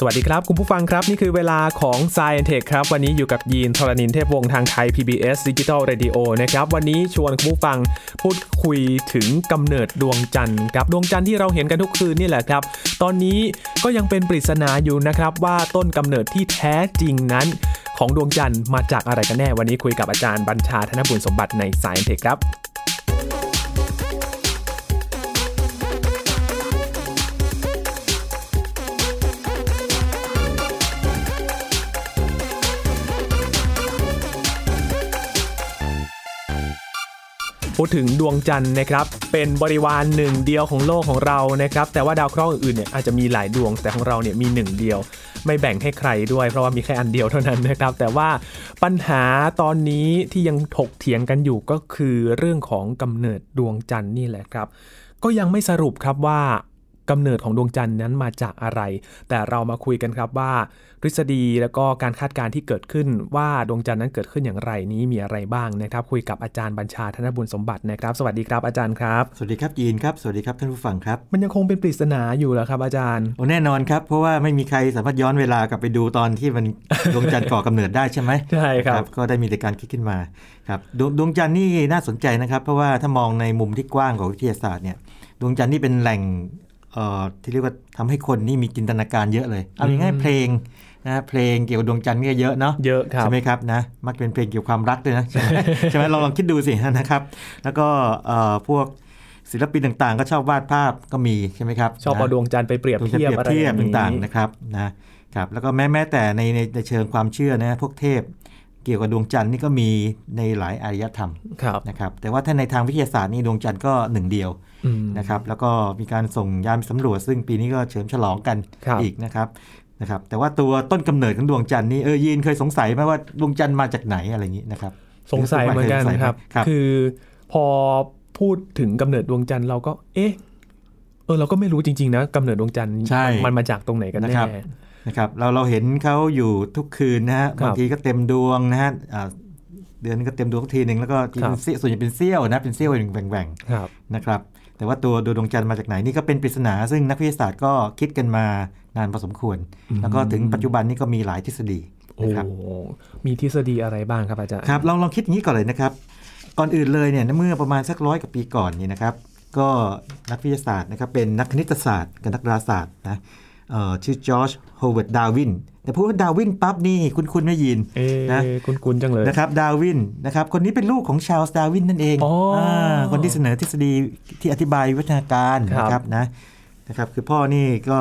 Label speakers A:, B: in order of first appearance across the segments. A: สวัสดีครับ คุณผู้ฟังครับ นี่คือเวลาของ s c i e n t e c h ครับ วันนี้อยู่กับยีนทรณินเทพวงศ์ทางไทย PBS Digital Radio นะครับ วันนี้ชวนคุณผู้ฟังพูดคุยถึงกำเนิดดวงจันทร์ครับดวงจันทร์ที่เราเห็นกันทุกคืนนี่แหละครับ ตอนนี้ก็ยังเป็นปริศนาอยู่นะครับว่าต้นกำเนิดที่แท้จริงนั้น ของดวงจันทร์มาจากอะไรกันแน่วันนี้คุยกับอาจารย์บัญชาธนบุญสมบัติใน s c i e n t e c h ครับ พูดถึงดวงจันทร์นะครับ เป็นบริวารหนึ่งเดียวของโลกของเรานะครับ แต่ว่าดาวเคราะห์อื่นๆเนี่ยอาจจะมีหลายดวงแต่ของเราเนี่ยมีหนึ่งเดียว ไม่แบ่งให้ใครด้วยเพราะว่ามีแค่อันเดียวเท่านั้นนะครับ แต่ว่าปัญหาตอนนี้ที่ยังถกเถียงกันอยู่ก็คือเรื่องของกำเนิดดวงจันทร์นี่แหละครับ ก็ยังไม่สรุปครับว่ากำเนิดของดวงจันทร์นั้นมาจากอะไร แต่เรามาคุยกันครับว่าทฤษฎีแล้วก็การคาดการณ์ที่เกิดขึ้นว่าดวงจันทร์นั้นเกิดขึ้นอย่างไรนี้มีอะไรบ้างนะครับ คุยกับอาจารย์บัญชาธนบุญสมบัตินะครับ สวัสดีครับอาจารย์ครับ
B: สวัสดีครับยีนครับ สวัสดีครับท่านผู้ฟังครับ
A: มันยังคงเป็นปริศนาอยู่เหรอครับอาจารย์
B: โอ้แน่นอนครับ เพราะว่าไม่มีใครสามารถย้อนเวลากลับไปดูตอนที่ มัน ดวงจันทร์ก่อกำเนิดได้ใช่ไหม
A: ใช่ครับ
B: ก็ได้มีแต่การคิดขึ้นมาครับดวงดวงจันทร์นี่น่าสนใจนะครับ เพราะว่าถ้ามองในมุมที่กว้างของวิทยาศาสตร์เนี่ยดวงจันทร์นี่เป็นแหล่งเอ่อที่เรียกว่าทำให้คนนี่มีจินตนาการเยอะเลยเอาง่ายๆเพลงนะเพลงเกี่ยวกับดวงจันทร์นี่ก็เยอะเนาะ
A: เยอะครับ
B: ใช่ไหมครับนะมักเป็นเพลงเกี่ยวกับความรักด้วยนะ ใช่ไหม ใช่ไหมลองลองคิดดูสินะครับ แล้วก็เอ่อพวกศิลปินต่างๆ ก็ชอบวาดภาพก็มีใช่ไหมครับ
A: ชอบเอา
B: นะ
A: ดวงจันทร์ไปเปรียบเทียบ
B: เปรียบ
A: อะไร
B: เทียบ
A: แบบนี้
B: ต่างๆนะครับนะครับแล้วก็แม้แม้แต่ในในในเชิงความเชื่อนะพวกเทพ เกี่ยวกับดวงจันทร์นี่ก็มีในหลายอารยธรรม
A: ครับ
B: นะครับแต่ว่าถ้าในทางวิทยาศาสตร์นี่ดวงจันทร์ก็หนึ่งเดียว
A: อืม
B: นะครับแล้วก็มีการส่งยานสำรวจ ซึ่งปีนี้ก็เฉลิมฉลองกัน
A: ครับ
B: อีกนะครับนะครับ แต่ว่าตัวต้นกำเนิดของดวงจันทร์นี่เออยีนเคยสงสัยไหมว่าดวงจันทร์มาจากไหนอะไรอย่างนี้นะครับ
A: สงสัยเหมือนกันครับ
B: ครับ
A: คือพอพูดถึงกำเนิดดวงจันทร์เราก็ เอ๊ะ เออเราก็ไม่รู้จริงๆนะกำเนิดดวงจันทร์
B: ใช่
A: มันมาจากตรงไหนกันแน่
B: นะครับ นะครับเราเราเห็นเขาอยู่ทุกคืนนะฮะ
A: ครับ
B: บางทีก็เต็มดวงนะฮะอ่าเดือนนงก็เต็มดวงทีหนึ่งแล้วก็ที่
A: ครับ
B: เป็นเสี้ยวส่วนใหญ่เป็นเสี้ยวนะเป็นเสี้ยวแหว่ง
A: ครับ
B: ๆนะครับแต่ว่าตัวดวงจันทร์มาจากไหนนี่ก็เป็นปริศนา ซึ่งนักวิทยาศาสตร์ก็คิดกันมานานพอสมควร
A: อืม
B: แล้วก็ถึงปัจจุบันนี่ก็มีหลายทฤษฎี
A: โอ้
B: นะครับ
A: มีทฤษฎีอะไรบ้างครับอาจารย์
B: ครับลองลองคิดอย่างนี้ก่อนเลยนะครับ ก่อนอื่นเลยเนี่ยเมื่อประมาณสักร้อยกว่าปีก่อนนี่นะครับ ก็นักวิทยาศาสตร์นะครับเป็นนักคณิตศาสตร์กับนักดาราศาสตร์นะเอ่อชื่อจอร์จโฮเวิร์ดดาวินแต่พูดว่าดาวินปั๊บนี่คุณคุณไม่ยิน
A: เอ๊
B: นะ
A: ะคุ้นๆจังเลย
B: นะครับดาวินนะครับคนนี้เป็นลูกของชาลส์ดาวินนั่นเอง
A: อ๋ออ่
B: าคนที่เสนอทฤษฎีที่อธิบายวิวัฒนาการ
A: ครับ
B: นะครับนะนะครับคือพ่อนี่ก็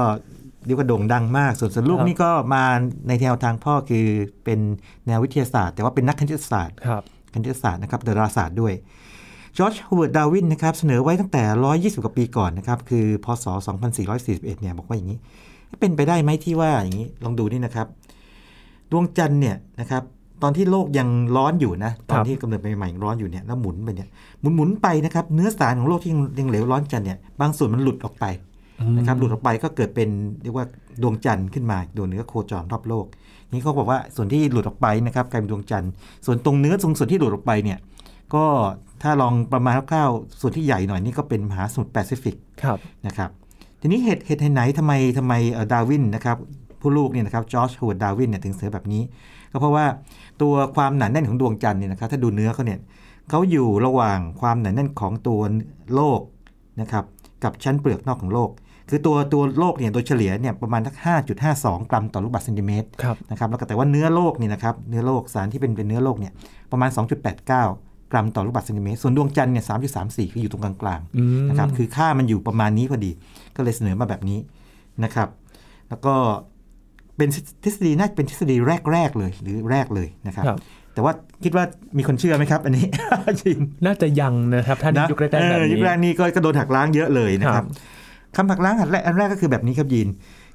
B: เรียกว่าโด่งดังมาก ส่วนส่วนลูก
A: ครับ
B: นี่ก็มาในแนวทางพ่อคือเป็นแนววิทยาศาสตร์ แต่ว่าเป็นนักคณิตศาสตร์
A: ครับ
B: คณิตศาสตร์นะครับดาราศาสตร์ด้วยจอร์จฮ w เวิร์ดดาวินนะครับเสนอไว้ตั้งแต่ 120 กว่าปีก่อนนะครับ คือพศ 2441 เนี่ยบอกว่าอย่างนี้ เป็นไปได้ไหมที่ว่าอย่างนี้ลองดูนี่นะครับ ดวงจันทร์เนี่ยนะครับ ตอนที่โลกยังร้อนอยู่นะ ตอนที่กำเนิดใหม่ๆยังร้อนอยู่เนี่ยแล้วหมุนไปเนี่ยหมุนหมุนๆไปนะครับ เนื้อสารของโลกที่ยังยังเหลวร้อนจันทร์เนี่ยบางส่วนมันหลุดออกไปนะครับหลุดออกไปก็เกิดเป็นเรียกว่าดวงจันทร์ขึ้นมาดวงหนึงก็โคจรรอบโลก นี่เขาบอกว่าส่วนที่หลุดออกไปนะครับกลายเป็นดวงจันทร์ ส่วนตรงเนื้อตรงส่วนที่หลุดออกไปเนี่ยก็ถ้าลองประมาณคร่าวๆส่วนที่ใหญ่หน่อยนี่ก็เป็นมหาสมุทรแปซิฟิก
A: ครับ
B: นะครับทีนี้เหตุเหตุไหนทำไมทำไมเอ่อดาร์วินนะครับผู้ลูกเนี่ยนะครับจอร์จฮ w เวิร์ดดาร์วินเนี่ยถึงเสนอแบบนี้ ก็เพราะว่าตัวความหนาแน่นของดวงจันทร์เนี่ยนะครับถ้าดูเนื้อเขาเนี่ยเขาอยู่ระหว่างความหนาแน่นของตัวโลกนะครับกับชั้นเปลือกนอกของโลก คือตัวตัวโลกเนี่ยโดยเฉลี่ยเนี่ยประมาณทัก5.52 กรัมต่อลูกบาศก์เซนติเมตร
A: ครับ
B: นะครับแล้วก็แต่ว่าเนื้อโลกนี่นะครับเนื้อโลกสารที่เป็นเป็นเนื้อโลกเนี่ยประมาณ 2.89 กรัมต่อลูกบาศก์เซนติเมตรส่วนดวงจันทร์เนี่ย3.34 คืออยู่ตรงกลาง
A: อืม
B: ๆนะครับคือค่ามันอยู่ประมาณนี้พอดี ก็เลยเสนอมาแบบนี้นะครับแล้วก็เป็นทฤษฎีน่าจะเป็นทฤษฎีแรก ๆ เลยหรือแรกเลยนะครับ
A: ครับ
B: แต่ว่าคิดว่ามีคนเชื่อไหมครับ อันนี้ จริง
A: น่าจะยังนะครับถ้าในยุคแรกๆแบบ
B: เออยุ
A: นี้
B: คแรกนี่ก็ก็โดนหักล้างเยอะเลยนะค
A: ครั
B: รั
A: บบ
B: คำหักล้างอันแรกอันแรกก็คือแบบนี้ครับยิน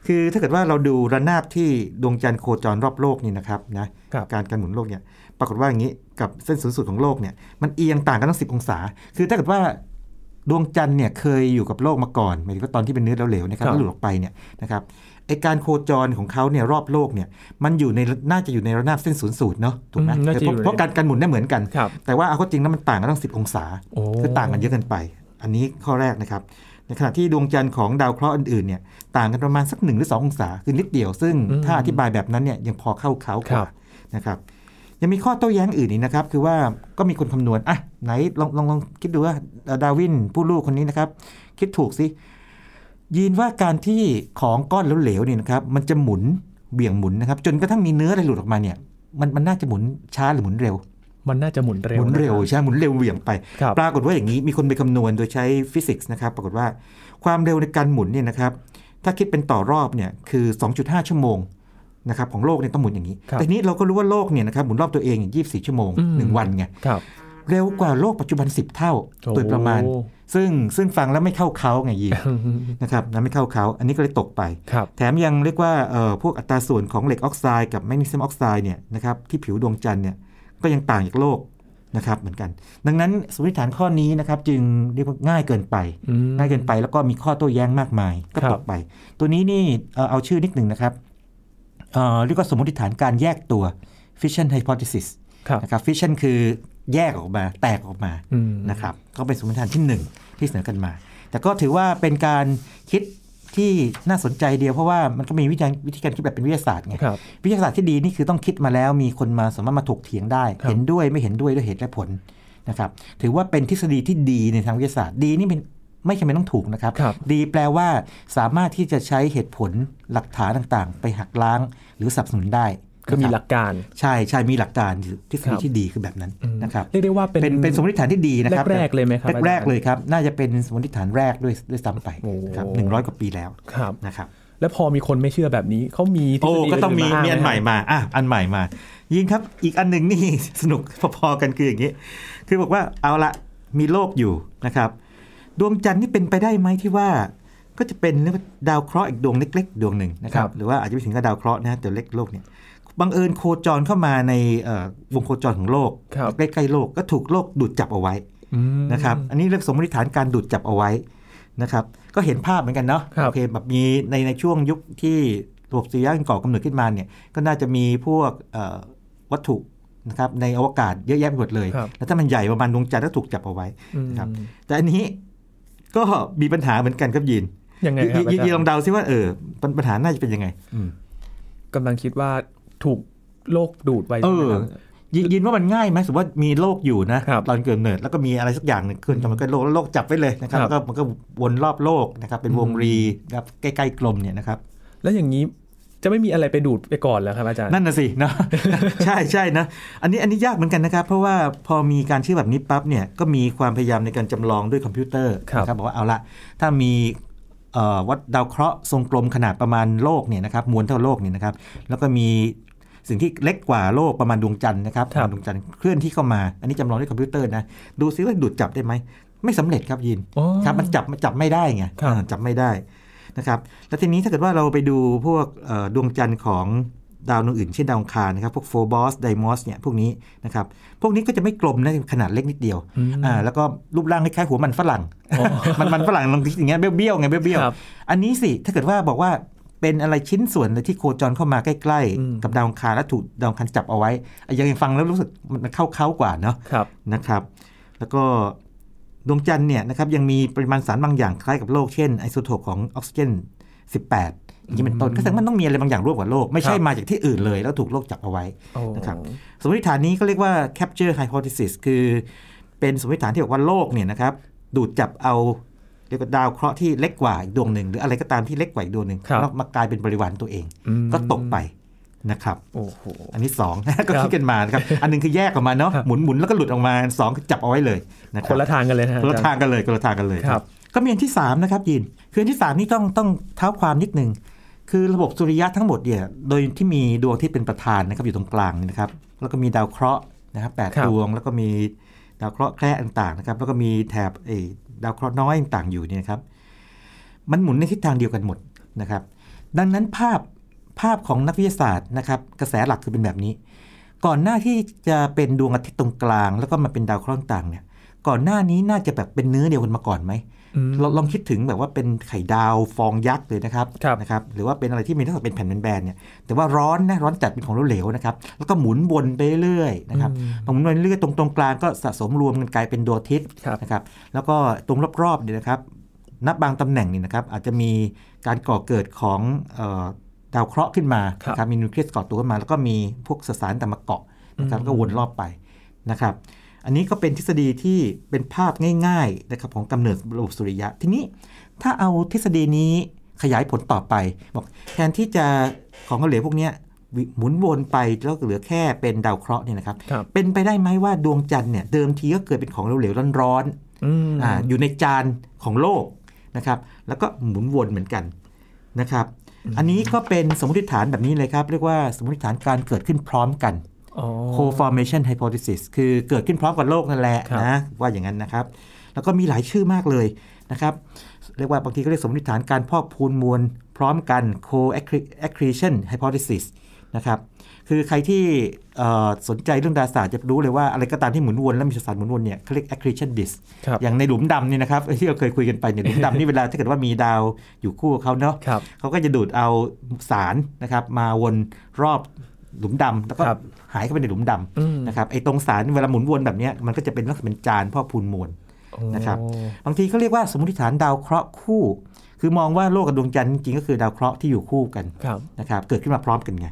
B: คือถ้าเกิดว่าเราดูระนาบที่ดวงจันทร์โคจรรอบโลกนี่นะครับนะครับ การการหมุนโลกเนี่ยปรากฏว่าอย่างนี้กับเส้นศูนย์สูตรของโลกเนี่ยมันเอียงต่างกันตั้งสิบองศา คือถ้าเกิดว่าดวงจันทร์เนี่ยเคยอยู่กับโลกมาก่อนหมายถึงว่าตอนที่เป็นเนื้อเหลวๆนะครับ
A: ครับ
B: แล้วหลุดออกไปเนี่ยนะครับไอการโคจรของเขาเนี่ยรอบโลกเนี่ยมันอยู่ในน่าจะอยู่ในระนาบเส้นศูนย์สูตรเนาะถูกไหม
A: อืมน่าจะอยู่ใน
B: เพราะการการหมุนเนี่ยเหมือนกัน
A: ครับ
B: แต่ว่าเอาเข้าจริงแล้วมันต่างกันตั้งสิบองศา
A: โอ้
B: คือต่างกันเยอะเกินไป อันนี้ข้อแรกนะครับ ในขณะที่ดวงจันทร์ของดาวเคราะห์อื่นๆเนี่ยต่างกันประมาณสักหนึ่งหรือสององศาคือนิดเดียว ซึ่ง
A: อืม
B: ถ้าอธิบายแบบนั้นเนี่ยยังพอเข้าเขาก
A: ครับ
B: ว่านะครับ ยังมีข้อโต้แย้งอื่นอีกนะครับ คือว่าก็มีคนคำนวณอ่ะไหนลองลองลองคิดดูว่าเอ่อดาร์วินผู้ลูกคนนี้นะครับ คิดถูกสิ ยีนว่าการที่ของก้อนเหลวๆเนี่ยนะครับมันจะหมุนเบี่ยงหมุนนะครับ จนกระทั่งมีเนื้ออะไรหลุดออกมาเนี่ย มันมันน่าจะหมุนช้าหรือหมุนเร็ว
A: มันน่าจะหมุนเร็
B: ห
A: ว
B: มุนเร็ว
A: ะ
B: ใช่หมุนเร็วเหวี่ยงไป
A: ครับ
B: ปรากฏว่าอย่างนี้มีคนไปคำนวณโดยใช้ฟิสิกส์นะครับปรากฏว่าความเร็วในการหมุนเนี่ยนะครับ ถ้าคิดเป็นต่อรอบเนี่ยคือ 2.5 ชั่วโมงนะครับของโลกเนี่ยต้องหมุนอย่างนี้
A: ครับ
B: แต่ทีนี้เราก็รู้ว่าโลกเนี่ยนะครับหมุนรอบตัวเองอย่าง24 ชั่วโมง
A: อืม
B: 1 วันไง
A: ครับ
B: เร็วกว่าโลกปัจจุบัน 10 เท่าโดยประมาณ
A: โอ้
B: ซึ่งซึ่งฟังแล้วไม่เข้าเขาไง ยี นะครับนะไม่เข้าเขาอันนี้ก็เลยตกไป
A: ครับ
B: แถมยังเรียกว่าเอ่อพวกอัตราส่วนของเหล็กออกไซด์กับแมกนีเซียมออกไซด์เนี่ยนะครับที่ผิวดวงจันทร์เนี่ยก็ยังต่างจากโลกนะครับเหมือนกัน ดังนั้นสมมติฐานข้อนี้นะครับจึงเรียกว่าง่ายเกินไป
A: อืม
B: ง่ายเกินไปแล้วก็มีข้อโต้แย้งมากมายก็
A: ค
B: ต
A: รับ
B: กไป ตัวนี้นี่เอ่อเอาชื่อนิดหนึ่งนะครับเอ่อเรียกว่าสมมติฐานการแยกตัว fission hypothesis
A: ครับ
B: นะครับ fission คือแยกออกมาแตกออกมา
A: อืม
B: นะครับก็เป็นสมมติฐานที่หนึ่งที่เสนอกันมา แต่ก็ถือว่าเป็นการคิดที่น่าสนใจเดียวเพราะว่ามันก็มีวิธีการวิธีการคิดแบบเป็นวิทยาศาสตร์ไง
A: ครับ
B: วิทยาศาสตร์ที่ดีนี่คือต้องคิดมาแล้วมีคนมาสามารถมาถกเถียงได้
A: ครับ
B: เห็นด้วยไม่เห็นด้วยด้วยเหตุและผลนะครับถือว่าเป็นทฤษฎีที่ดีในทางวิทยาศาสตร์ดีนี่เป็นไม่จำเป็นต้องถูกนะครับ
A: ครับ
B: ดีแปลว่าสามารถที่จะใช้เหตุผลหลักฐานต่างๆ ไปหักล้างหรือสนับสนุนได้
A: คือมีหลั
B: นะรับ
A: กการ
B: ใช่ใช่มีหลักการคือทฤษ
A: ค
B: ฎี
A: รับ
B: ที่ดีคือแบบนั้นนะครับ
A: เรียกได้ว่าเป็น
B: เป็นเป็นสมมติฐานที่ดีนะครับ
A: แรกๆเลยไหมครับอาจารย์
B: แรกๆเลยครับ น่าจะเป็นสมมติฐานแรกด้วยด้วยซ้ำไป
A: โอ้
B: นะครับหนึ่งร้อยกว่าปีแล้ว
A: ครับ
B: นะครับ
A: แล้วพอมีคนไม่เชื่อแบบนี้เขามีทฤษฎี
B: โอ้ก็ต้องมี
A: า
B: มีอันใหม่มาอ่ะอันใหม่มา ยิงครับอีกอันหนึ่งนี่ สนุกพอๆกันคืออย่างนี้ คือบอกว่าเอาละมีโลกอยู่นะครับ ดวงจันทร์นี่เป็นไปได้ไหมที่ว่า ก็จะเป็นเรียกว่าดาวเคราะห์อีกดวงเล็ก ๆ ดวงหนึ่งนะครับหรือว่าอาจจะไม่ถึงกับดาวเคราะห์นะแต่เล็กโลกเนี่ยบังเอิญโคจรเข้ามาในเอ่อวงโคจรของโลก
A: ครับ
B: ใกล้ๆโลกก็ถูกโลกดูดจับเอาไว้
A: อืม
B: นะครับ อันนี้เรียกสมมติฐานการดูดจับเอาไว้นะครับ ก็เห็นภาพเหมือนกันเนาะ
A: ครับ
B: โอเค แบบมีในในช่วงยุคที่ระบบสุริยะก่อกำเนิดขึ้นมาเนี่ย ก็น่าจะมีพวกเอ่อวัตถุนะครับในอวกาศเยอะแยะไปหมดเลย
A: ครับ
B: แล้วถ้ามันใหญ่ประมาณดวงจันทร์ก็ถูกจับเอาไว้
A: อืม
B: ครับ แต่อันนี้ก็มีปัญหาเหมือนกันครับยิน
A: ยังไง
B: ย
A: ครับ
B: นยินยินลอง
A: อาจารย์
B: เดาซิว่าเออปัญปัญหาน่าจะเป็นยังไงอืม
A: กำลังคิดว่าถูกโลกดูดไป
B: เอ
A: ใช่ไหมค
B: อ
A: รับ
B: ยินยินว่ามันง่ายไหมสมมติว่ามีโลกอยู่นะครับ ตอนเกิดเนิดแล้วก็มีอะไรสักอย่างหนึ่งขึ้นจนมันก็โลกแล้วโลกจับไว้เลยนะครับ
A: ครั
B: แล้
A: บ
B: วก็มันก็วนรอบโลกนะครับเป็นวงรีนะครับใกล้ๆกลมเนี่ยนะครับ
A: แล้วอย่างนี้จะไม่มีอะไรไปดูดไปก่อนแล้วครับอาจารย์
B: นั่นน่ะสิ นะ ใช่ใช่นะ อันนี้อันนี้ยากเหมือนกันนะครับ เพราะว่าพอมีการเชื่อแบบนี้ปั๊บเนี่ยก็มีความพยายามในการจำลองด้วยคอมพิวเตอร์
A: ครับ
B: นะครับบอกว่าเอาละถ้ามีเอ่อวัดดาวเคราะห์ทรงกลมขนาดประมาณโลกเนี่ยนะครับมวลเท่าโลกเนี่ยนะครับ แล้วก็มีสิ่งที่เล็กกว่าโลกประมาณดวงจันทร์นะครับ
A: ครั
B: ป
A: บ
B: ระมาณดวงจันทร์เคลื่อนที่เข้ามา อันนี้จำลองด้วยคอมพิวเตอร์นะดูซิว่าดูดจับได้ไหมไม่สำเร็จครับยิน
A: อ๋อ
B: ครับมันจับมันจับไม่ได้ไง
A: ครับ
B: อ่าจับไม่ได้นะครับแล้วทีนี้ถ้าเกิดว่าเราไปดูพวกเอ่อดวงจันทร์ของดาวดวงอื่นเช่นดาวอังคารนะครับพวกโฟบอสไดมอสเนี่ยพวกนี้นะครับพวกนี้ก็จะไม่กลมนะขนาดเล็กนิดเดียว
A: อืม
B: อ่าแล้วก็รูปร่างคล้ายๆหัวมันฝรั่ง
A: อ๋อ
B: มันมันฝรั่งลองคิดอย่างเงี้ยเบี้ยวๆไงเบี้ยว
A: ครับ
B: ๆอันนี้สิถ้าเกิดว่าบอกว่าเป็นอะไรชิ้นส่วนอะไรที่โคจรเข้ามาใกล้
A: อืม
B: ๆ กับดาวอังคารและถูกดาวอังคารจับเอาไว้อ่ะยังฟังแล้วรู้สึกมันเข้าเขากว่าเนาะ
A: ครับ
B: นะครับแล้วก็ดวงจันทร์เนี่ยนะครับยังมีปริมาณสารบางอย่างคล้ายกับโลก เช่นไอโซโทปของออกซิเจน 18 อย่างนี้เป็นต้นก็แสดงว่ามันต้องมีอะไรบางอย่างร่วมกับโลก ไม่ใช่
A: ครับ
B: มาจากที่อื่นเลยแล้วถูกโลกจับเอาไว้
A: โอ้
B: นะครับ สมมติฐานนี้ก็เรียกว่า capture hypothesis คือเป็นสมมติฐานที่บอกว่าโลกเนี่ยนะครับดูดจับเอาเรียกว่าดาวเคราะห์ที่เล็กกว่าอีกดวงหนึ่งหรืออะไรก็ตามที่เล็กกว่าอีกดวงหนึ่ง
A: ครับ
B: แล้วมากลายเป็นบริวารตัวเอง
A: อืม
B: ก็ตกไปนะครับ
A: โอ้โห
B: อันนี้ 2 ก็คิดกันมา นะครับ อันหนึงคือแยกออกมาเนาะ
A: ครับ
B: หมุนหมุนแล้วก็หลุดออกมาสองคือจับเอาไว้เลยนะค
A: ครับ นละทางกันเลยนะฮะ
B: คนละ
A: อจรย์
B: ทางกันเลยคนละทางกันเลย
A: ครับ
B: ก็มีอันที่ 3 นะครับยิน คืออันที่ 3 นี่ต้องต้องเท้าความนิดนึง คือระบบสุริยะทั้งหมดเนี่ยโดยที่มีดวงที่เป็นประธานนะครับอยู่ตรงกลางนี่นะครับ แล้วก็มีดาวเคราะห์นะครับแปด
A: ครับ
B: ดวง แล้วก็มีดาวเคราะห์แคระต่างๆนะครับแล้วก็มีแถบไอ้ดาวเคราะห์น้อยต่างๆอยู่เนี่ยนะครับ มันหมุนในทิศทางเดียวกันหมดนะครับ ดังนั้นภาพภาพของนักวิทยาศาสตร์นะครับ กระแสหลักคือเป็นแบบนี้ ก่อนหน้าที่จะเป็นดวงอาทิตย์ตรงกลาง แล้วก็มาเป็นดาวเคราะห์ต่างๆเนี่ย ก่อนหน้านี้น่าจะแบบเป็นเนื้อเดียวกันมาก่อนไหม
A: อืม
B: ลองลองคิดถึงแบบว่าเป็นไข่ดาวฟองยักษ์เลยนะครับ
A: ครับ
B: นะครับหรือว่าเป็นอะไรที่มีลักษณะเป็นแผ่นแบนๆเนี่ยแต่ว่าร้อนนะร้อนจัดเป็นของเหลวๆนะครับแล้วก็หมุนวนไปเรื่อยๆนะครับพอหมุนวนเรื่อยๆตรงตรงกลางก็สะสมรวมกันกลายเป็นดวงอาทิตย์
A: ครับ
B: นะครับแล้วก็ตรงรอบๆเนี่ยนะครับ ณบางตำแหน่งนี่นะครับอาจจะมีการก่อเกิดของเอ่อดาวเคราะห์ขึ้นมา
A: ครับ
B: นะครับมีนิวเคลียสก่อตัวขึ้นมา แล้วก็มีพวกสสารต่างมาเกาะนะครับก็วนรอบไปนะครับ อันนี้ก็เป็นทฤษฎีที่เป็นภาพง่ายๆนะครับของกำเนิดระบบสุริยะ ทีนี้ถ้าเอาทฤษฎีนี้ขยายผลต่อไป บอกแทนที่จะของเหลวพวกเนี้ยวิหมุนวนไปแล้วเหลือแค่เป็นดาวเคราะห์เนี่ยนะครับ
A: ครับ
B: เป็นไปได้ไหมว่าดวงจันทร์เนี่ยเดิมทีก็เกิดเป็นของเหลวๆร้อน
A: อืม
B: ๆอาอยู่ในจานของโลกนะครับ แล้วก็หมุนวนเหมือนกันนะครับ อันนี้ก็เป็นสมมติฐานแบบนี้เลยครับ เรียกว่าสมมติฐานการเกิดขึ้นพร้อมกัน
A: อ๋อ
B: co-formation hypothesis คือเกิดขึ้นพร้อมกับโลกนั่นแหละ
A: ครับ
B: นะว่าอย่างนั้นนะครับ แล้วก็มีหลายชื่อมากเลยนะครับ เรียกว่าบางทีก็เรียกสมมติฐานการพอกพูนมวลพร้อมกัน co-accretion hypothesis นะครับ คือใครที่เอ่อสนใจเรื่องดาราศาสตร์จะรู้เลยว่าอะไรก็ตามที่หมุนวนและมีสสารหมุนวนเนี่ยเขาเรียก accretion disk
A: ครับ
B: อย่างในหลุมดำเนี่ยนะครับ ที่เราเคยคุยกันไปเนี่ยหลุมดำนี่เวลาถ้าเกิดว่ามีดาวอยู่คู่กับเขาเนาะ
A: ครับ
B: เขาก็จะดูดเอาสารนะครับมาวนรอบหลุมดำแล้วก็
A: ครับ
B: หายเข้าไปในหลุมด
A: อืม
B: ำนะครับไอ้ตรงสารเวลาหมุนวนแบบเนี้ยมันก็จะเป็นลักษณะเป็นจานพ่อพูนมวล นะครับ
A: โอ้
B: บางทีเขาเรียกว่าสมมติฐานดาวเคราะห์คู่ คือมองว่าโลกกับดวงจันทร์จริงๆก็คือดาวเคราะห์ที่อยู่คู่กัน
A: ครับ
B: นะครับเกิดขึ้นมาพร้อมกันไง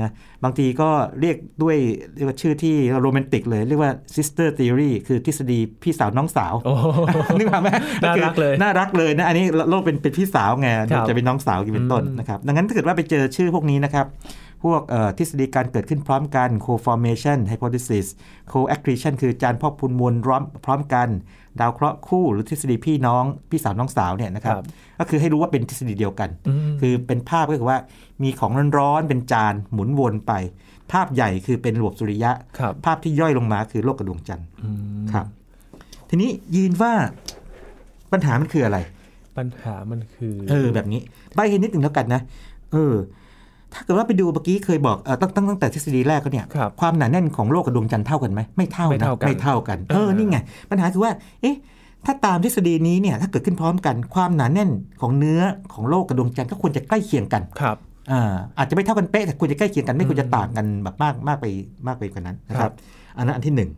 B: นะบางทีก็เรียกด้วยเรียกว่าชื่อที่โรแมนติกเลย เรียกว่า sister theory คือทฤษฎีพี่สาวน้องสาว
A: โอ้
B: นึกภาพไหม
A: น่ารักเลย
B: น่ารักเลยนะ อันนี้โลกเป็นเป็นพี่สาวไง
A: ครับ
B: จะเป็นน้องสาวกินเป็นต้นนะครับ ดังนั้นถ้าเกิดว่าไปเจอชื่อพวกนี้นะครับ พวกเอ่อทฤษฎีการเกิดขึ้นพร้อมกัน co-formation hypothesis co-accretion คือจานพอกพูนมวลร้อมพร้อมกัน ดาวเคราะห์คู่หรือทฤษฎีพี่น้อง พี่สาวน้องสาวเนี่ยนะครับ ก็คือให้รู้ว่าเป็นทฤษฎีเดียวกัน
A: อืม
B: คือเป็นภาพก็คือว่ามีของร้อนๆเป็นจานหมุนวนไป ภาพใหญ่คือเป็นระบบสุริยะ
A: ครับ
B: ภาพที่ย่อยลงมาคือโลกกับดวงจันทร์
A: อืม
B: ครับ ทีนี้ยืนว่าปัญหามันคืออะไร
A: ปัญหามันคือ
B: เออ แบบนี้ใบให้นิดหนึ่งแล้วกันนะ เออ ถ้าเกิดว่าไปดูเมื่อกี้เคยบอกเออตั้งตั้งตั้งแต่ทฤษฎีแรกก็เนี่ย
A: ครับ
B: ความหนาแน่นของโลกกับดวงจันทร์เท่ากันไหมไม่เท่า
A: ไม่
B: นะ
A: เท่ากัน
B: ไม่เท่ากัน เออ
A: เออ
B: นี่ไง ปัญหาคือว่า เอ๊ะ ถ้าตามทฤษฎีนี้เนี่ย ถ้าเกิดขึ้นพร้อมกัน ความหนาแน่นของเนื้อของโลกกับดวงจันทร์ก็ควรจะใกล้เคียงกัน
A: ครับ
B: อ่าอาจจะไม่เท่ากันเป๊ะแต่ควรจะใกล้เคียงกันไม่ควรจะต่างกันแบบมากมากไปมากไปกว่านั้นนะค
A: ครั
B: รับบ อันนั้นอันที่หนึ่ง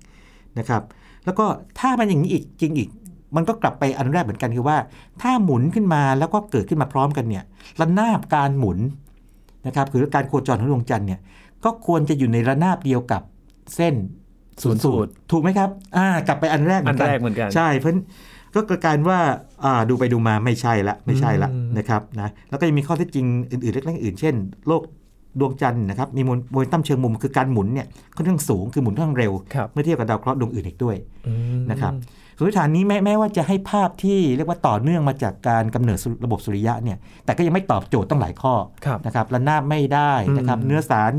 B: นะครับแล้วก็ถ้ามันอย่างนี้อีกจริงอีก มันก็กลับไปอันแรกเหมือนกันคือว่า ถ้าหมุนขึ้นมาแล้วก็เกิดขึ้นมาพร้อมกันเนี่ยระนาบการหมุนนะครับหรือการโคจรของดวงจันทร์เนี่ยก็ควรจะอยู่ในระนาบเดียวกับเส้น
A: ศูนย์สูตร
B: ถูกไหมครับอ่ากลับไปอันแรกเหมื
A: อั
B: อน นกัน
A: แรกเหมือนกัน
B: ใช่เพราะฉะนั้นก็กลายการว่าอ่าดูไปดูมาไม่ใช่ละไม่ใช่ละ
A: อืม
B: นะครับนะแล้วก็ยังมีข้อเท็จจริงอื่นๆเล็กๆอื่นเช่นโลกดวงจันทร์นะครับมีโมโมเมนตัมเชิงมุมคือการหมุนเนี่ยค่อนข้างสูงคือหมุนค่อนข้างเร็ว
A: ครับ
B: เมื่อเทียบกับดาวเคราะห์ดวงอื่นอีกด้วย
A: อืม
B: นะครับ สมมติฐานนี้แม้แม้ว่าจะให้ภาพที่เรียกว่าต่อเนื่องมาจากการกำเนิดสุริระบบสุริยะเนี่ยแต่ก็ยังไม่ตอบโจทย์ต้องหลายข้อ
A: ครับ
B: นะครับระนาบไม่ได้นะครับ
A: อืม
B: เนื้อสาร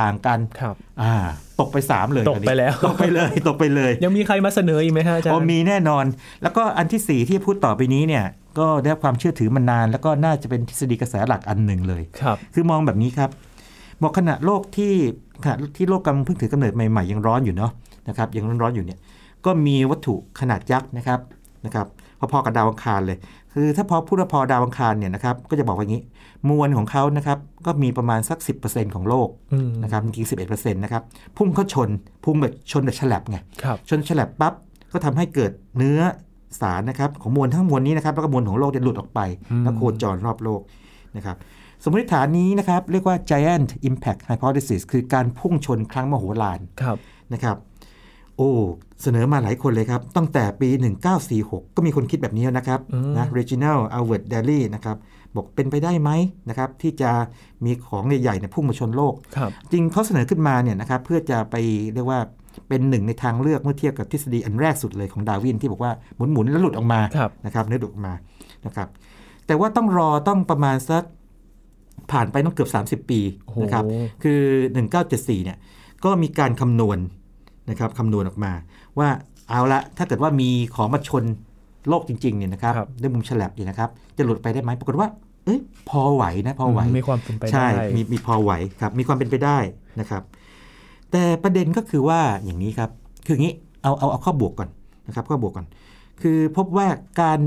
B: ต่างกัน
A: ครับ
B: อ่าตกไปสามเลย
A: ตกไปแล้ว
B: ตกไปเลยตกไปเลย
A: ยังมีใครมาเสนออีกไหมฮะอาจาร
B: โอ้
A: ย์
B: มีแน่นอน แล้วก็อันที่ 4 ที่จะพูดต่อไปนี้เนี่ย ก็ได้รับความเชื่อถือมานาน แล้วก็น่าจะเป็นทฤษฎีกระแสหลักอันหนึ่งเลย
A: ครับ
B: คือมองแบบนี้ครับบอกขณะโลกที่ขณะที่โลกกำลังเพิ่งถือกำเนิดใหม่ๆยังร้อนอยู่เนาะนะครับยังร้อนๆอยู่เนี่ยก็มีวัตถุขนาดยักษ์นะครับนะครับพอๆกับดาวอังคารเลย คือถ้าพอพูดว่าพอดาวอังคารเนี่ยนะครับก็จะบอกว่าอย่างนี้ มวลของเขานะครับก็มีประมาณสัก 10%ของโลก
A: อืม
B: นะครับจริงๆสิบเอ็ดเปอร์เซ็นต์นะครับพุ่งเข้าชนพุ่งแบบชนแบบฉลับไง
A: ครับ
B: ชนฉลับปั๊บก็ทำให้เกิดเนื้อสารนะครับของมวลทั้งมวลนี้นะครับแล้วก็มวลของโลกจะหลุดออกไป
A: อืม
B: แล้วโคจรรอบโลกนะครับสมมติฐานนี้นะครับเรียกว่า giant impact hypothesis คือการพุ่งชนครั้งมโหฬาร
A: ครับ
B: นะครับโอ้เสนอมาหลายคนเลยครับ ตั้งแต่ปี 1946 ก็มีคนคิดแบบนี้แล้วนะครับ
A: อืม
B: นะ Reginald Albert Daly นะครับบอกเป็นไปได้ไหมนะครับที่จะมีของใหญ่ๆเนี่ยพุ่งมาชนโลก
A: ครับ
B: จริงเขาเสนอขึ้นมาเนี่ยนะครับเพื่อจะไปเรียกว่าเป็นหนึ่งในทางเลือกเมื่อเทียบกับทฤษฎีอันแรกสุดเลยของดาร์วินที่บอกว่าหมุนหมุนๆแล้วหลุดออกมา
A: ครับ
B: นะครับเนื้อหลุดออกมานะครับแต่ว่าต้องรอต้องประมาณสักผ่านไปต้องเกือบ 30 ปี
A: โอ้โห
B: นะครับคือ 1974เนี่ยก็มีการคำนวณนะครับคำนวณออกมา ว่าเอาละถ้าเกิดว่ามีของมาชนโลกจริงๆเนี่ยนะครับ
A: ครับ
B: ด้วยมุมฉลับเนี่ยนะครับจะหลุดไปได้ไหมปรากฏว่าเอ้ยพอไหวนะพอไหว
A: มีความเป็นไปได้
B: ใช่ มีมีพอไหวครับ มีความเป็นไปได้นะครับ แต่ประเด็นก็คือว่าอย่างนี้ครับ คืออย่างนี้ เอาเอาเอาข้อบวกก่อนนะครับ ข้อบวกก่อน คือพบว่าการ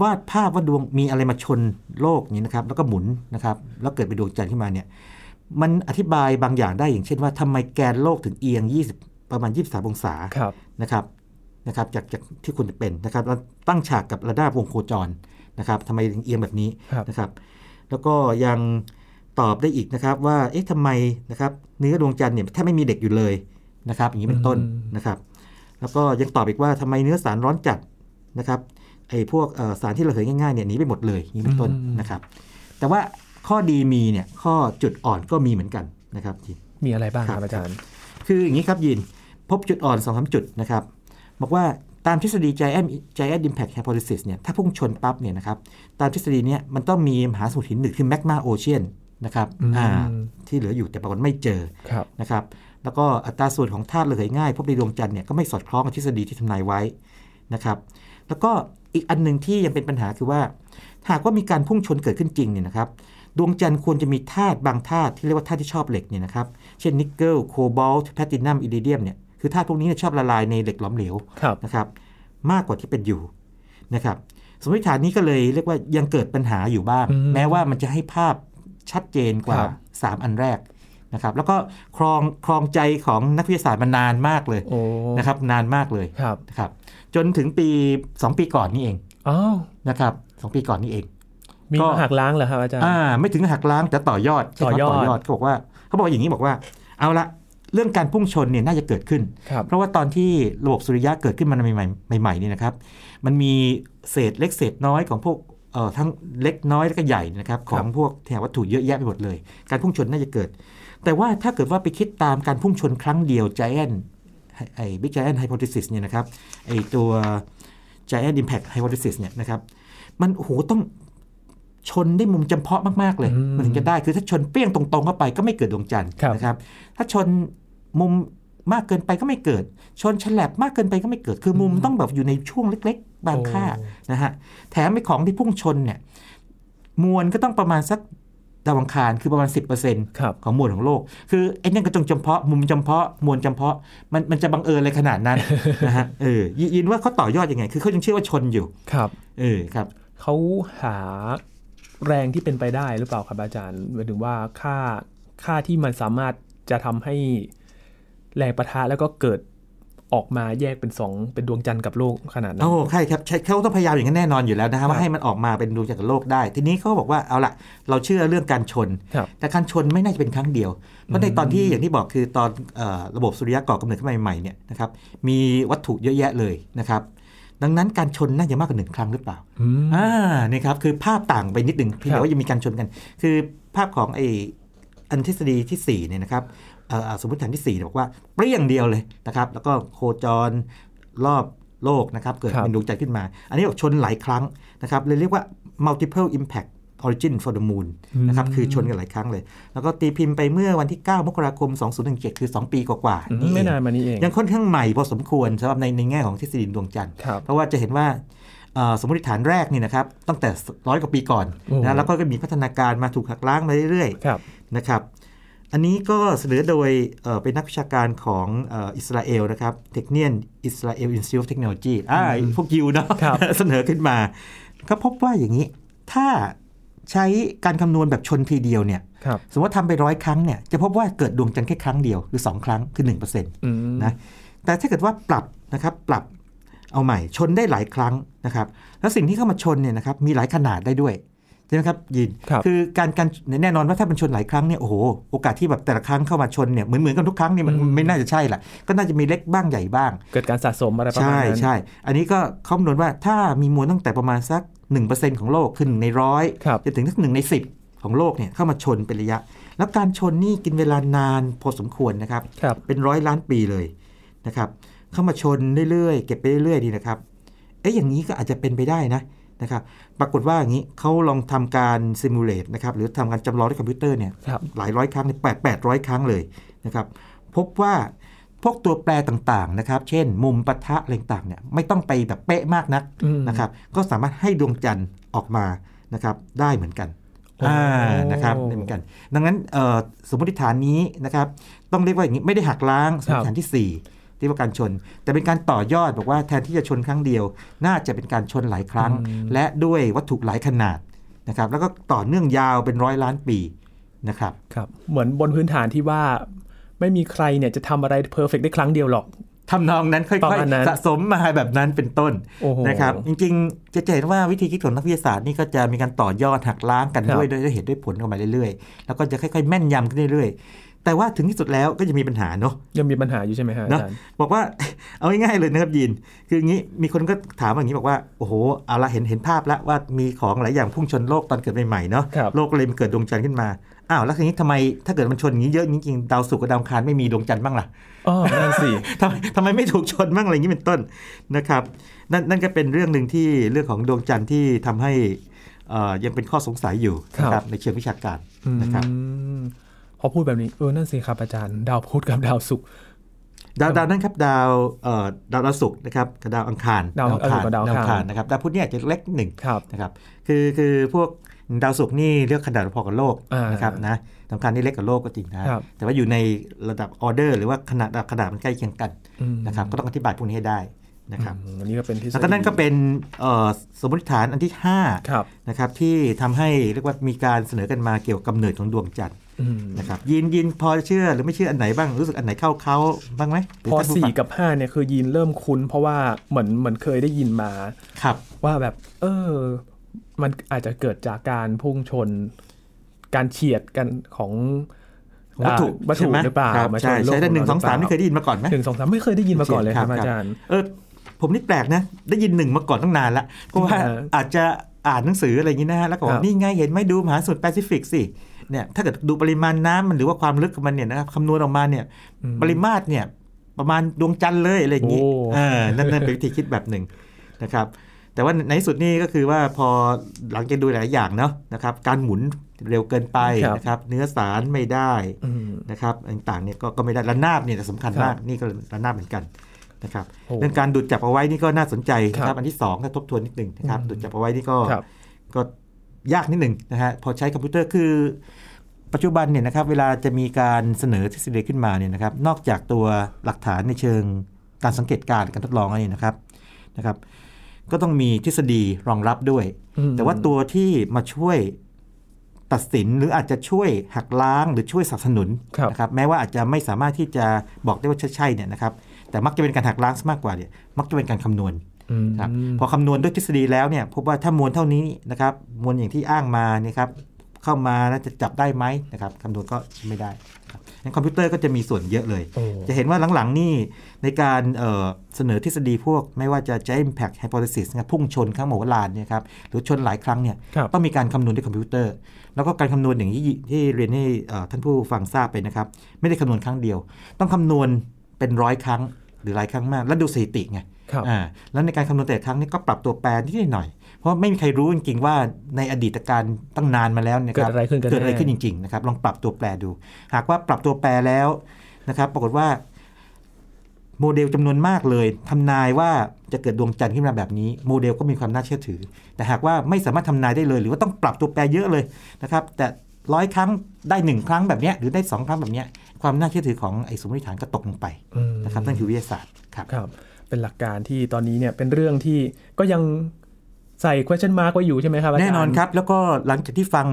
B: วาดภาพว่าดวงมีอะไรมาชนโลกนี้นะครับ แล้วก็หมุนนะครับ แล้วเกิดเป็นดวงจันทร์ขึ้นมาเนี่ย มันอธิบายบางอย่างได้อย่างเช่นว่าทำไมแกนโลกถึงเอียง 20 ประมาณ 23 องศา
A: ครับ
B: นะครับ นะครับจากจากที่คุณเป็นนะครับแล้วตั้งฉากกับระดับวงโคจรนะครับทำไมถึงเอียงแบบนี้
A: ครับ
B: นะครับ แล้วก็ยังตอบได้อีกนะครับว่าเอ๊ะทำไมนะครับเนื้อดวงจันทร์เนี่ยแทบไม่มีเด็กอยู่เลยนะครับ อย่างนี้เป็นต้น
A: อืม
B: นะครับ แล้วก็ยังตอบอีกว่าทำไมเนื้อสารร้อนจัดนะครับไอ้พวกเอ่อสารที่ระเหยง่ายๆเนี่ยหนีไปหมดเลยอย่างนี้เป็นต้น
A: อืม
B: นะครับ แต่ว่าข้อดีมีเนี่ยข้อจุดอ่อนก็มีเหมือนกันนะครับ
A: มีอะไรบ้างครับ
B: ครับ
A: อาจารย์
B: คืออย่างนี้ครับยิน พบจุดอ่อน2อสจุดนะครับ บอกว่าตามทฤษฎี Giant Giant Impact Hypothesis เนี่ยถ้าพุ่งชนปั๊บเนี่ยนะครับตามทฤษฎีเนี่ยมันต้องมีมหาสมุทรหินหนึ่งคือ Magma Ocean นะครับ
A: อืม
B: อ่าที่เหลืออยู่แต่ปรากฏไม่เจอ
A: ครับ
B: นะครับ แล้วก็อัตราส่วนของธาตุระเหยง่าย พบในดวงจันทร์เนี่ยก็ไม่สอดคล้องกับทฤษฎีที่ทำนายไว้นะครับแล้วก็อีกอันหนึ่งที่ยังเป็นปัญหาคือว่า หากว่ามีการพุ่งชนเกิดขึ้นจริงเนี่ยนะครับดวงจันทร์ควรจะมีธาตุบางธาตุที่เรียกว่าธาตุที่ชอบเหล็กเนี่ยนะครับเช่นนิกเกิลโคบอลต์แพลตินัมอิริเดียมเนี่ยคือธาตุพวกนี้เนี่ยชอบละลายในเหล็กหลอมเหลว
A: ครับ
B: นะครับมากกว่าที่เป็นอยู่นะครับสมมติฐานนี้ก็เลยเรียกว่ายังเกิดปัญหาอยู่บ้าง
A: อืม
B: แม้ว่ามันจะให้ภาพชัดเจนกว่า
A: ครับ
B: 3 อันแรกนะครับแล้วก็ครองครองใจของนักวิทยาศาสตร์มานานมากเลย
A: โอ้
B: นะครับนานมากเลย
A: ครับ
B: นะครับจนถึงปีสองปีก่อนนี่เอง
A: อ้าว
B: นะครับสองปีก่อนนี่เอง
A: มี
B: ก็
A: มาหักล้างเหรอครับอาจารย์
B: อ่าไม่ถึงหักล้างแต่ต่อยอด
A: ต่อยอด
B: ใช่ครับต่อยอดเขาบอกว่าเขาบอกอย่างนี้บอกว่า เอาละเรื่องการพุ่งชนเนี่ยน่าจะเกิดขึ้น
A: ครับ
B: เพราะว่าตอนที่ระบบสุริยะเกิดขึ้นมาใหม่ๆใหม่ๆนี่นะครับ มันมีเศษเล็กเศษน้อยของพวกเอ่อทั้งเล็กน้อยแล้วก็ใหญ่นะครับ ของพวกแถววัตถุเยอะแยะไปหมดเลย การพุ่งชนน่าจะเกิด แต่ว่าถ้าเกิดว่าไปคิดตามการพุ่งชนครั้งเดียว giant ไอ้ไอ้บิ๊กไจแอนไฮโพทิซิสเนี่ยนะครับไอ้ตัว giant impact hypothesis เนี่ยนะครับ มันโอ้โหต้องชนได้มุมจำเพาะมาก ๆ เลย
A: อืม
B: มันถึงจะได้ คือถ้าชนเปรี้ยงตรงๆเข้าไปก็ไม่เกิดดวงจันทร์
A: ครับ
B: นะครับ ถ้าชนมุมมากเกินไปก็ไม่เกิด ชนฉลับมากเกินไปก็ไม่เกิด คือมุมต้องแบบอยู่ในช่วงเล็ก ๆ บางค่านะฮะ แถมไอ้ของที่พุ่งชนเนี่ยมวลก็ต้องประมาณสักดาวอังคารคือประมาณ 10%
A: ครับ
B: ของมวลของโลก คือไอ้นั่นก็จงจำเพาะ มุมจำเพาะ มวลจำเพาะ มันมันจะบังเอิญอะไรขนาดนั้น นะฮะ เออยิยินว่าเขาต่อยอดยังไง คือเขายังเชื่อว่าชนอยู่
A: ครับ
B: เออ ครับ
A: เขาหาแรงที่เป็นไปได้หรือเปล่าครับอาจารย์หมายถึงว่าค่าค่าที่มันสามารถจะทำให้แรงประทะแล้วก็เกิดออกมาแยกเป็นสองเป็นดวงจันทร์กับโลกขนาดนั้น
B: โอ้ใช่ครับใช่เขาต้องพยายามอย่างนั้นแน่นอนอยู่แล้วนะ
A: ครั
B: ฮะ
A: บ
B: ว่าให้มันออกมาเป็นดวงจันทร์กับโลกได้ ทีนี้เขาบอกว่าเอาละเราเชื่อเรื่องการชน
A: ครับ
B: แต่การชนไม่น่าจะเป็นครั้งเดียว เพราะในตอนที่อย่างที่บอกคือตอนเอ่อระบบสุริยะก่อกำเนิดขึ้นมาใหม่ๆเนี่ยนะครับมีวัตถุเยอะแยะเลยนะครับดังนั้นการชนน่าจะมากกว่าหนึ่งครั้งหรือเปล่า
A: อืม
B: อ่านี่ครับคือภาพต่างไปนิดหนึ่งเพียง
A: ครั
B: แต่
A: บ
B: ว่ายังมีการชนกัน คือภาพของไออันทฤษฎีทีสี่4เนี่ยนะครับเอ่อสมมติฐานที่สี่เนี่ยบอกว่าเปรี้ยงเดียวเลยนะครับแล้วก็โคจรรอบโลกนะครับเกิด
A: ครับ
B: เป็น ดวงจันทร์ขึ้นมา อันนี้บอกชนหลายครั้งนะครับ เลยเรียกว่า multiple impact origin for the moon
A: อืม
B: นะครับ คือชนกันหลายครั้งเลย แล้วก็ตีพิมพ์ไปเมื่อวันที่ 9 มกราคม 2017 คือ 2 ปีกว่า
A: อืม
B: ๆนี่
A: ไม่นาน
B: เอง
A: มานี้เอง
B: ยังค่อนข้างใหม่พอสมควรสำหรับในในแง่ของทฤษฎีดวงจันทร์
A: ครับ
B: เพราะว่าจะเห็นว่าเอ่อสมมติฐานแรกนี่นะครับ ตั้งแต่ร้อยกว่าปีก่อน
A: โอ้โห
B: นะแล้วก็มีพัฒนาการมาถูกหักล้างมาเรื่อยๆ
A: ครับ
B: นะครับ อันนี้ก็เสนอโดยเอ่อเป็นนักวิชาการของเอ่ออิสราเอลนะครับ เทคเนียนอิสราเอลอินสติท e ท f t เทคโนโลยีอ่าพวกยิวเนาะ
A: ครับ
B: เสนอขึ้นมา ก็พบว่าอย่างนี้ ถ้าใช้การคำนวณแบบชนทีเดียวเนี่ย
A: ครับ
B: สมมติว่าทำไปร้อยครั้งเนี่ย จะพบว่าเกิดดวงจันทร์แค่ครั้งเดียว หรือ 2 ครั้งคือ 1%
A: อืม
B: นะแต่ถ้าเกิดว่าปรับนะครับปรับเอาใหม่ชนได้หลายครั้งนะครับแล้วสิ่งที่เข้ามาชนเนี่ยนะครับมีหลายขนาดได้ด้วยใช่ไหมครับยิน
A: ครับ
B: อการการแน่นอนว่าถ้ามันชนหลายครั้งเนี่ยโอ้โหโอกาสที่แบบแต่ละครั้งเข้ามาชนเนี่ยเหมือนเหมือนกันทุกครั้งเนี่ยมัน
A: อืม
B: ไม่น่าจะใช่ละก็น่าจะมีเล็กบ้างใหญ่บ้าง
A: เกิดการสะสมอะไรประมาณ
B: ใช่
A: นั้น
B: ใช่อันนี้ก็คำนวณว่าถ้ามีมวลตั้งแต่ประมาณสัก 1%ของโลกขึ้นงในร้อย
A: ครับ
B: จะถึงสักหนึ่งใน 10 ของโลกเนี่ยเข้ามาชนเป็นระยะ แล้วการชนนี่กินเวลานานพอสมควรนะครับ
A: ครับ
B: เป็นร้อยล้านปีเลยนะครับเข้ามาชนเรื่อยๆ เก็บไปเรื่อยๆดีนะครับเอ๊ะอย่างนี้ก็อาจจะเป็นไปได้นะนะครับปรากฏว่าอย่างนี้เขาลองทำการซิมูเลตนะครับหรือทำการจำลองด้วยคอมพิวเตอร์เนี่ย
A: ครับ
B: หลายร้อยครั้งในแปดแปดร้อยครั้งเลยนะครับพบว่าพวกตัวแปรต่างๆนะครับเช่น มุมปะทะอะไรต่างๆเนี่ยไม่ต้องไปแบบเป๊ะมากนัก
A: อืม
B: นะครับก็สามารถให้ดวงจันทร์ออกมานะครับได้เหมือนกัน
A: โอ้
B: อ่านะครับได้เหมือนกัน ดังนั้นเอ่อสมมติฐานนี้นะครับ ต้องเรียกว่าอย่างนี้ไม่ได้หักล้างสมมติฐานที่สี่เรียกว่าการชน แต่เป็นการต่อยอดบอกว่าแทนที่จะชนครั้งเดียว น่าจะเป็นการชนหลายครั้ง
A: อืม
B: และด้วยวัตถุหลายขนาดนะครับแล้วก็ต่อเนื่องยาวเป็นร้อยล้านปีนะครับ
A: ครับ เหมือนบนพื้นฐานที่ว่า ไม่มีใครเนี่ยจะทำอะไรเพอร์เฟกได้ครั้งเดียวหรอก
B: ทำนองนั้นค่
A: ประ
B: อย
A: มาณนั้น
B: ๆสะสมมาแบบนั้นเป็นต้น
A: โอ้โห
B: นะครับ จริงๆจะเห็นว่าวิธีคิดของนักวิทยาศาสตร์นี่ก็จะมีการต่อยอดหักล้างกัน
A: ครับ
B: ด้วยด้วยเหตุด้วยผลออกมาเรื่อยๆ แล้วก็จะค่อยๆ แม่นยำขึ้นเรื่อยๆ แต่ว่าถึงที่สุดแล้วก็จะมีปัญหาเนาะ
A: ยังมีปัญหาอยู่ใช่ไหมฮะอา
B: เนอะ
A: จารย์
B: บอกว่า เอาง่ายๆเลยนะครับยีนคืออย่างนี้มีคนก็ถามว่าอย่างนี้บอกว่าโอ้โหเอาละเห็นเห็นภาพแล้วว่ามีของหลายอย่างพุ่งชนโลกตอนเกิดใหม่ๆเนาะ
A: ครับ
B: โลกเลยมันเกิดดวงจันทร์ขึ้นมาอ้าวแล้วทีนี้ทำไมถ้าเกิดมันชนอย่างนี้เยอะจริงๆดาวศุกร์กับดาวอังคารไม่มีดวงจันทร์บ้างล่ะ
A: อ๋อนั่นสิ
B: ทำไมทำไมไม่ถูกชนบ้างอะไรอย่างนี้เป็นต้นนะครับนั่นนั่นก็เป็นเรื่องหนึ่งที่เรื่องของดวงจันทร์ที่ทำให้เอ่อยังเป็นข้อสงสัยอยู่นะ
A: ค
B: ค
A: รั
B: รับ บในเชิงวิชาการนะครับ
A: อืมพอพูดแบบนี้เออนั่นสิครับอาจารย์ ดาวพุธกับดาวศุกร์
B: ดาวดาวนั่นครับดาวเอ่อดาวดาวศุกร์นะครับกับดาวอังคาร
A: ดาวเออกับดาว
B: ดาวอั
A: อัง
B: งคา
A: คาร ร
B: นะครับดาวพุธเนี่ยจะเล็กหนึ่ง
A: ครับ
B: นะครับคือคือพวกดาวศุกร์นี่เลือกขนาดพอกับโลก
A: อ่าน
B: นะครับนะดาวอังคารนี่เล็กกว่าโลกก็จริงนะครับ แต่ว่าอยู่ในระดับออเดอร์ หรือว่าขนาดขนาดมันใกล้เคียงกัน
A: อืม
B: นะครับก็ต้องอธิบายพวกนี้ให้ได้นะครับ
A: อืมอันนี้ก็เป็นที่
B: แล้วก็นั่นก็เป็นเอ่อสมมติฐานอันที่5
A: ครับ
B: นะครับที่ทำให้เรียกว่ามีการเสนอกันมาเกี่ยวกับกำเนิดของดวงจันทร์
A: อืม
B: นะครับยินยินพอเชื่อหรือไม่เชื่ออันไหนบ้างรู้สึกอันไหนเข้าเขาบ้างไหมหรื
A: พอ
B: ท่านผู้
A: สี่
B: ฟัง
A: กับห้าเนี่ยคือยีนเริ่มคุ้น เพราะว่าเหมือนเหมือนเคยได้ยินมา
B: ครับ
A: ว่าแบบ เออ มันอาจจะเกิดจากการพุ่งชน การเฉียดกันของ
B: ของวัตถุ
A: อ่าวัตถุ
B: ใช่ไม
A: หรือเปล่า
B: คบ
A: มาช
B: ใช่
A: นโลก
B: ใช้ได้
A: ข
B: หนึ่ง
A: เร
B: สองสาม
A: หรื
B: นี่
A: อ
B: เค
A: เปล่
B: ยได้ยินมาก่อนไหม
A: หนึ่งสองสามไม่เคยได้ยินมาก่อนเลยครับ
B: ครับ
A: อาจารย์
B: เออผมนี่แปลกนะ ได้ยินหนึ่งมาก่อนตั้งนานละเพราะว่า
A: จริงเหรอ
B: อาจจะอ่านหนังสืออะไรอย่างนี้นะฮะแล้วก็บอ
A: ค
B: ก
A: รับ
B: นี่ไงเห็นไหมดูมหาสมุทรแปซิฟิกสิเนี่ยถ้าเกิดดูปริมาณน้ำมันหรือว่าความลึกของมันเนี่ยนะครับคำนวณออกมาเนี่ย
A: อืม
B: ปริมาตรเนี่ยประมาณดวงจันทร์เลยอะไรอย่างนี้
A: โอ้
B: เออนั่นนั่นเป็นวิธีคิดแบบหนึ่งนะครับ แต่ว่าในที่สุดนี่ก็คือว่าพอหลังจากดูหลายอย่างเนาะนะครับ การหมุนเร็วเกินไปนะครับ เนื้อสารไม่ได้
A: อืม
B: นะครับต่างๆเนี่ยก็ก็ไม่ได้ระนาบเนี่ยสำคัญมากนี่ก็ระนาบเหมือนกันนะครับ
A: โอ้
B: เรื่องการดูดจับเอาไว้นี่ก็น่าสนใจ
A: ค
B: นะค
A: รั
B: รั
A: บบ
B: อันที่สองถ้าทบทวนนิดหนึงนะครับ
A: อืม
B: ดูดจับเอาไว้นี่ก็
A: ครับ
B: ก็ยากนิดหนึ่งนะฮะพอใช้คอมพิวเตอร์คือปัจจุบันเนี่ยนะครับเวลาจะมีการเสนอทฤษฎีขึ้นมาเนี่ยนะครับนอกจากตัวหลักฐานในเชิงการสังเกตการณ์การทดลองอะไรนะครับนะครับ ก็ต้องมีทฤษฎีรองรับด้วย
A: อืม
B: แต่ว่าตัวที่มาช่วยตัดสินหรืออาจจะช่วยหักล้างหรือช่วยสนับสนุน
A: ครับ
B: นะครับแม้ว่าอาจจะไม่สามารถที่จะบอกได้ว่าใช่ใช่ๆเนี่ยนะครับแต่มักจะเป็นการหักล้างซะมากกว่าเนี่ยมักจะเป็นการคำนวณ
A: อืม
B: ครับพอคำนวณด้วยทฤษฎีแล้วเนี่ยพบว่าถ้ามวลเท่านี้นะครับมวลอย่างที่อ้างมาเนะครับเข้ามาแล้วจะจับได้ไหมนะครับคำนวณก็ไม่ได้ครับงั้นคอมพิวเตอร์ก็จะมีส่วนเยอะเลย
A: โอ้
B: จะเห็นว่าหลังๆนี่ในการเอ่อเสนอทฤษฎีพวก ไม่ว่าจะ J impact hypothesis นะครับพุ่งชนข้างหมวลานเนี่ยครับหรือชนหลายครั้งเนี่ย
A: ครับ
B: ต้องมีการคำนวณด้วยคอมพิวเตอร์ แล้วก็การคำนวณอย่างที่ที่เรียนให้เอ่อท่านผู้ฟังทราบไปนะครับไม่ได้คำนวณครั้งเดียว ต้องคำนวณเป็นร้อยครั้งหรือหลายครั้งมาก แล้วดูสถิติไง
A: ครับ
B: อ่าแล้วในการคำนวณแต่ละครั้งนี่ก็ปรับตัวแปรนิดหน่อย เพราะไม่มีใครรู้จริงๆว่าในอดีตการตั้งนานมาแล้วเนยคบ
A: เกิดอะไรขึ้นกันแน่
B: เกิดอะไรขึ้นจริงๆนะครับลองปรับตัวแปรดู หากว่าปรับตัวแปรแล้วนะครับปรากฏว่าโมเดลจำนวนมากเลยทำนายว่าจะเกิดดวงจันทร์ขึ้นมาแบบนี้โมเดลก็มีความน่าเชื่อถือ แต่หากว่าไม่สามารถทำนายได้เลย หรือว่าต้องปรับตัวแปรเยอะเลยนะครับแต่ร้อยครั้งได้หนึ่งครั้งแบบเนี้ยหรือได้สองครั้งแบบเนี้ยความน่าเชื่อถือของไอ้สมมติฐานก็ตกลงไป
A: อืม
B: นะครับนั่นคือวิทยาศาสตร์ครับ
A: ครับเป็นหลักการที่ตอนนี้เนี่ยเป็นเรื่องที่ก็ยังใส่ question mark ไว้อยู่ใช่ไหมครับาจาย์
B: แน่นอนครับ แล้วก็หลังจากที่ฟัง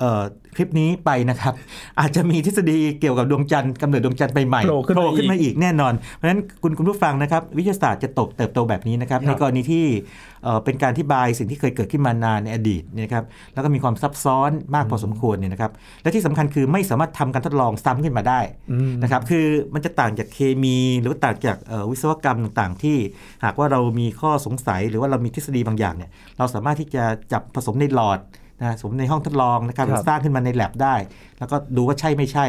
B: เอ่อคลิปนี้ไปนะครับ อาจจะมีทฤษฎีเกี่ยวกับดวงจันทร์กำเนิดดวงจันทร์ใหม่ๆ
A: โผล่ขึ้นมา
B: ขึ้นมาอีกแน่นอน เพราะฉะนั้นคุณคุณผู้ฟังนะครับ วิทยาศาสตร์จะโตเติบโตแบบนี้นะครับ
A: ครั
B: ใน
A: บ
B: กรณีที่เอ่อเป็นการอธิบายสิ่งที่เคยเกิดขึ้นมานานในอดีตเนี่ยนะครับแล้วก็มีความซับซ้อนมากพอสมควรเนี่ยนะครับและที่สำคัญคือไม่สามารถทำการทดลองซ้ำขึ้นมาได้
A: อืม
B: นะครับ คือมันจะต่างจากเคมี หรือว่าต่างจากเอ่อวิศวกรรมต่างๆ ที่หากว่าเรามีข้อสงสัยหรือว่าเรามีทฤษฎีบางอย่างเนี่ย เราสามารถที่จะจับผสมในหลอดนะผสมในห้องทดลองนะครับ
A: ครับ
B: หรือสร้างขึ้นมาในแลบได้ แล้วก็ดูว่าใช่ไม่ใช่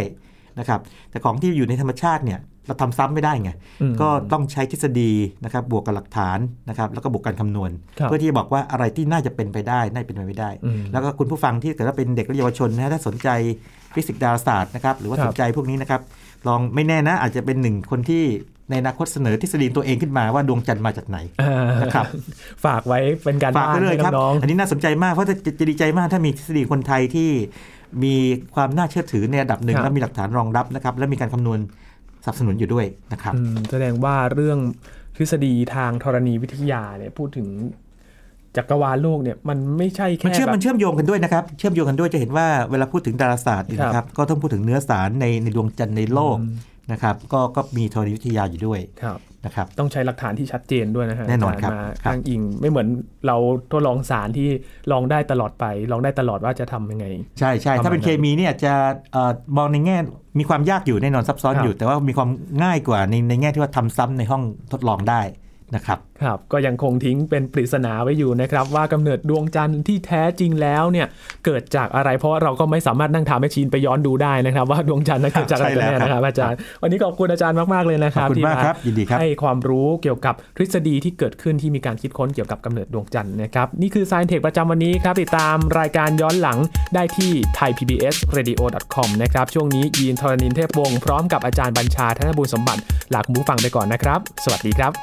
B: นะครับ แต่ของที่อยู่ในธรรมชาติเนี่ยเราทำซ้ำไม่ได้ไง
A: อืม
B: ก็ต้องใช้ทฤษฎีนะครับบวกกับหลักฐานนะครับแล้วก็บวกการคำนวณ
A: ครับ
B: เพื่อที่จะบอกว่าอะไรที่น่าจะเป็นไปได้น่าจะเป็นไปไม่ได้
A: อืม
B: แล้วก็คุณผู้ฟังที่เกิดว่าเป็นเด็กและเยาวชนนะฮะถ้าสนใจฟิสิกส์ดาราศาสตร์นะครับหรือว่า
A: ครับ
B: สนใจพวกนี้นะครับลองไม่แน่นะอาจจะเป็นหนึ่งคนที่ในอนาคตเสนอทฤษฎีตัวเองขึ้นมาว่าดวงจันทร์มาจากไหน
A: อ่า
B: นะครับ
A: ฝากไว้เป็นการ
B: ฝาก
A: บ้า
B: ไป
A: น
B: เลย
A: ให้
B: ครับ
A: น้อง
B: อันนี้น่าสนใจมากเพราะจะจะจะดีใจมากถ้ามีทฤษฎีคนไทยที่มีความน่าเชื่อถือในระดับหนึ่งและมีหลักฐานรองรับนะครับและมีการคำนวณสนับสนุนอยู่ด้วยนะครับ
A: ๆอืมแสดงว่าเรื่องทฤษฎีทางธรณีวิทยาเนี่ยพูดถึงจักรวาลโลกเนี่ยมันไม่ใช่แค่
B: มันเชื่อม
A: แบบ
B: มันเชื่อมโยงกันด้วยนะครับ เชื่อมโยงกันด้วยจะเห็นว่าเวลาพูดถึงดาราศาสตร์เนี่ยนะครับ ก็ต้องพูดถึงเนื้อสารในในดวงจันทร์ในโลก นะครับก็ก็มีธรณีวิทยาอยู่ด้วย
A: ครับ
B: นะครับ
A: ต้องใช้หลักฐานที่ชัดเจนด้วยนะฮะ
B: แน่นอน
A: กา
B: ครับ
A: มา
B: ครับ
A: อ้างอิงไม่เหมือนเราทดลองสารที่ลองได้ตลอดไป ลองได้ตลอดว่าจะทำยังไง
B: ใช่ใช่ถ้าเป็น
A: ประมาณนั้น
B: เคมีเนี่ยจะเออมองในแง่มีความยากอยู่แน่นอนซับซ้อน
A: ครับ
B: อยู่ แต่ว่ามีความง่ายกว่าในในแง่ที่ว่าทำซ้ำในห้องทดลองได้นะครับ
A: ครับ ก็ยังคงทิ้งเป็นปริศนาไว้อยู่นะครับ ว่ากำเนิดดวงจันทร์ที่แท้จริงแล้วเนี่ยเกิดจากอะไรเพราะว่าเราก็ไม่สามารถนั่งถามแมชชีนไปย้อนดูได้นะครับ ว่าดวงจันทร์นั้นเกิดจากอะไรกันแน่นะครับอาจารย์วันนี้ขอบคุณอาจารย์มากๆเลยนะค
B: ขอบ
A: รับ
B: คุณ
A: ที่
B: มากครับยินดีครับ
A: ให้ความรู้เกี่ยวกับทฤษฎีที่เกิดขึ้นที่มีการคิดค้นเกี่ยวกับกำเนิดดวงจันทร์นะครับนี่คือ Science Tech ประจำวันนี้ครับติดตามรายการย้อนหลังได้ที่ thaipbsradio.com นะครับช่วงนี้ยีนทรณินเทพวงศ์พร้อมกับอาจารย์บัญชาธนบุญสมบัติลาคุณผู้ฟังไปก่อนนะครับ สวัสดีครับ